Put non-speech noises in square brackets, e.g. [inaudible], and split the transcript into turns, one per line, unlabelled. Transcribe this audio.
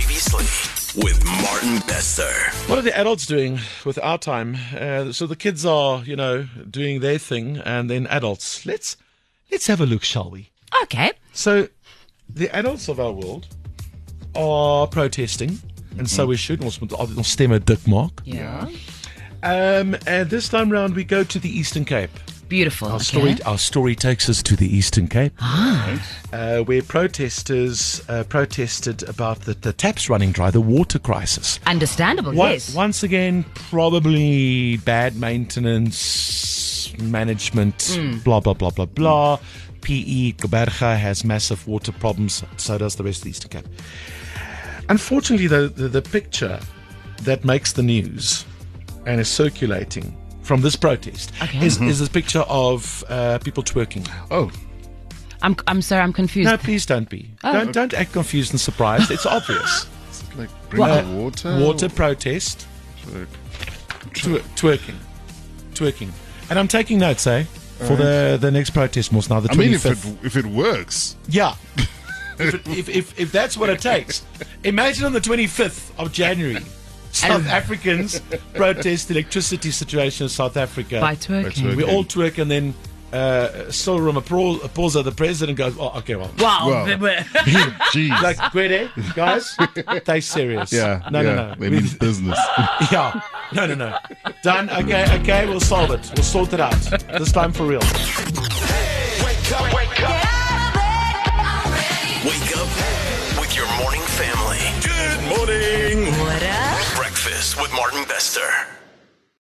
Seriously with Martin Besser.
What are the adults doing with our time? Uh, so the kids are, you know, doing their thing, and then adults. Let's let's have a look, shall we?
Okay.
So the adults of our world are protesting, and so we should. Ons moet altyd ons stemme dik maak.
Yeah.
Um, and this time round, we go to the Eastern Cape.
Beautiful.
Our
okay.
story, our story takes us to the Eastern Cape, uh, where protesters uh, protested about the, the taps running dry, the water crisis.
Understandable.
Once,
yes.
once again, probably bad maintenance, management,
Hmm.
blah, blah, blah, blah, blah. PE, Goberga has massive water problems, so does the rest of the Eastern Cape. Unfortunately, though, the, the picture that makes the news and is circulating from this protest
Okay. Mm-hmm.
is, is this picture of uh, people twerking.
Oh,
I'm I'm sorry. I'm confused.
No, please don't be.
Oh.
Don't, don't act confused and surprised. It's obvious.
it's like bring
Well,
the water.
water protest. Twer- twerking, twerking, and I'm taking notes, eh? For the, the next protest, Morse. Now the
I mean, if
25th.
it if
[laughs]
it works, [laughs]
yeah. if, it, if, if, if that's what it takes, imagine on the 25th of January, South
[laughs]
Africans protest the electricity situation in South Africa.
By twerking.
twerking.
We all twerk, and then uh, Cyril Ramaphosa, Ramaphosa, the president, goes, "Oh, okay, well." [laughs]
Wow.
Well.
th- we're-
jeez,
Like, Gwede, guys, they serious.
yeah,
no,
yeah,
no, no.
They mean
[laughs]
business.
Yeah. No, no, no. Done. Okay, okay. We'll solve it. We'll sort it out. This time for real.
Wake up, wake up. Wake up with your morning family. Good morning. Breakfast with Martin Bester.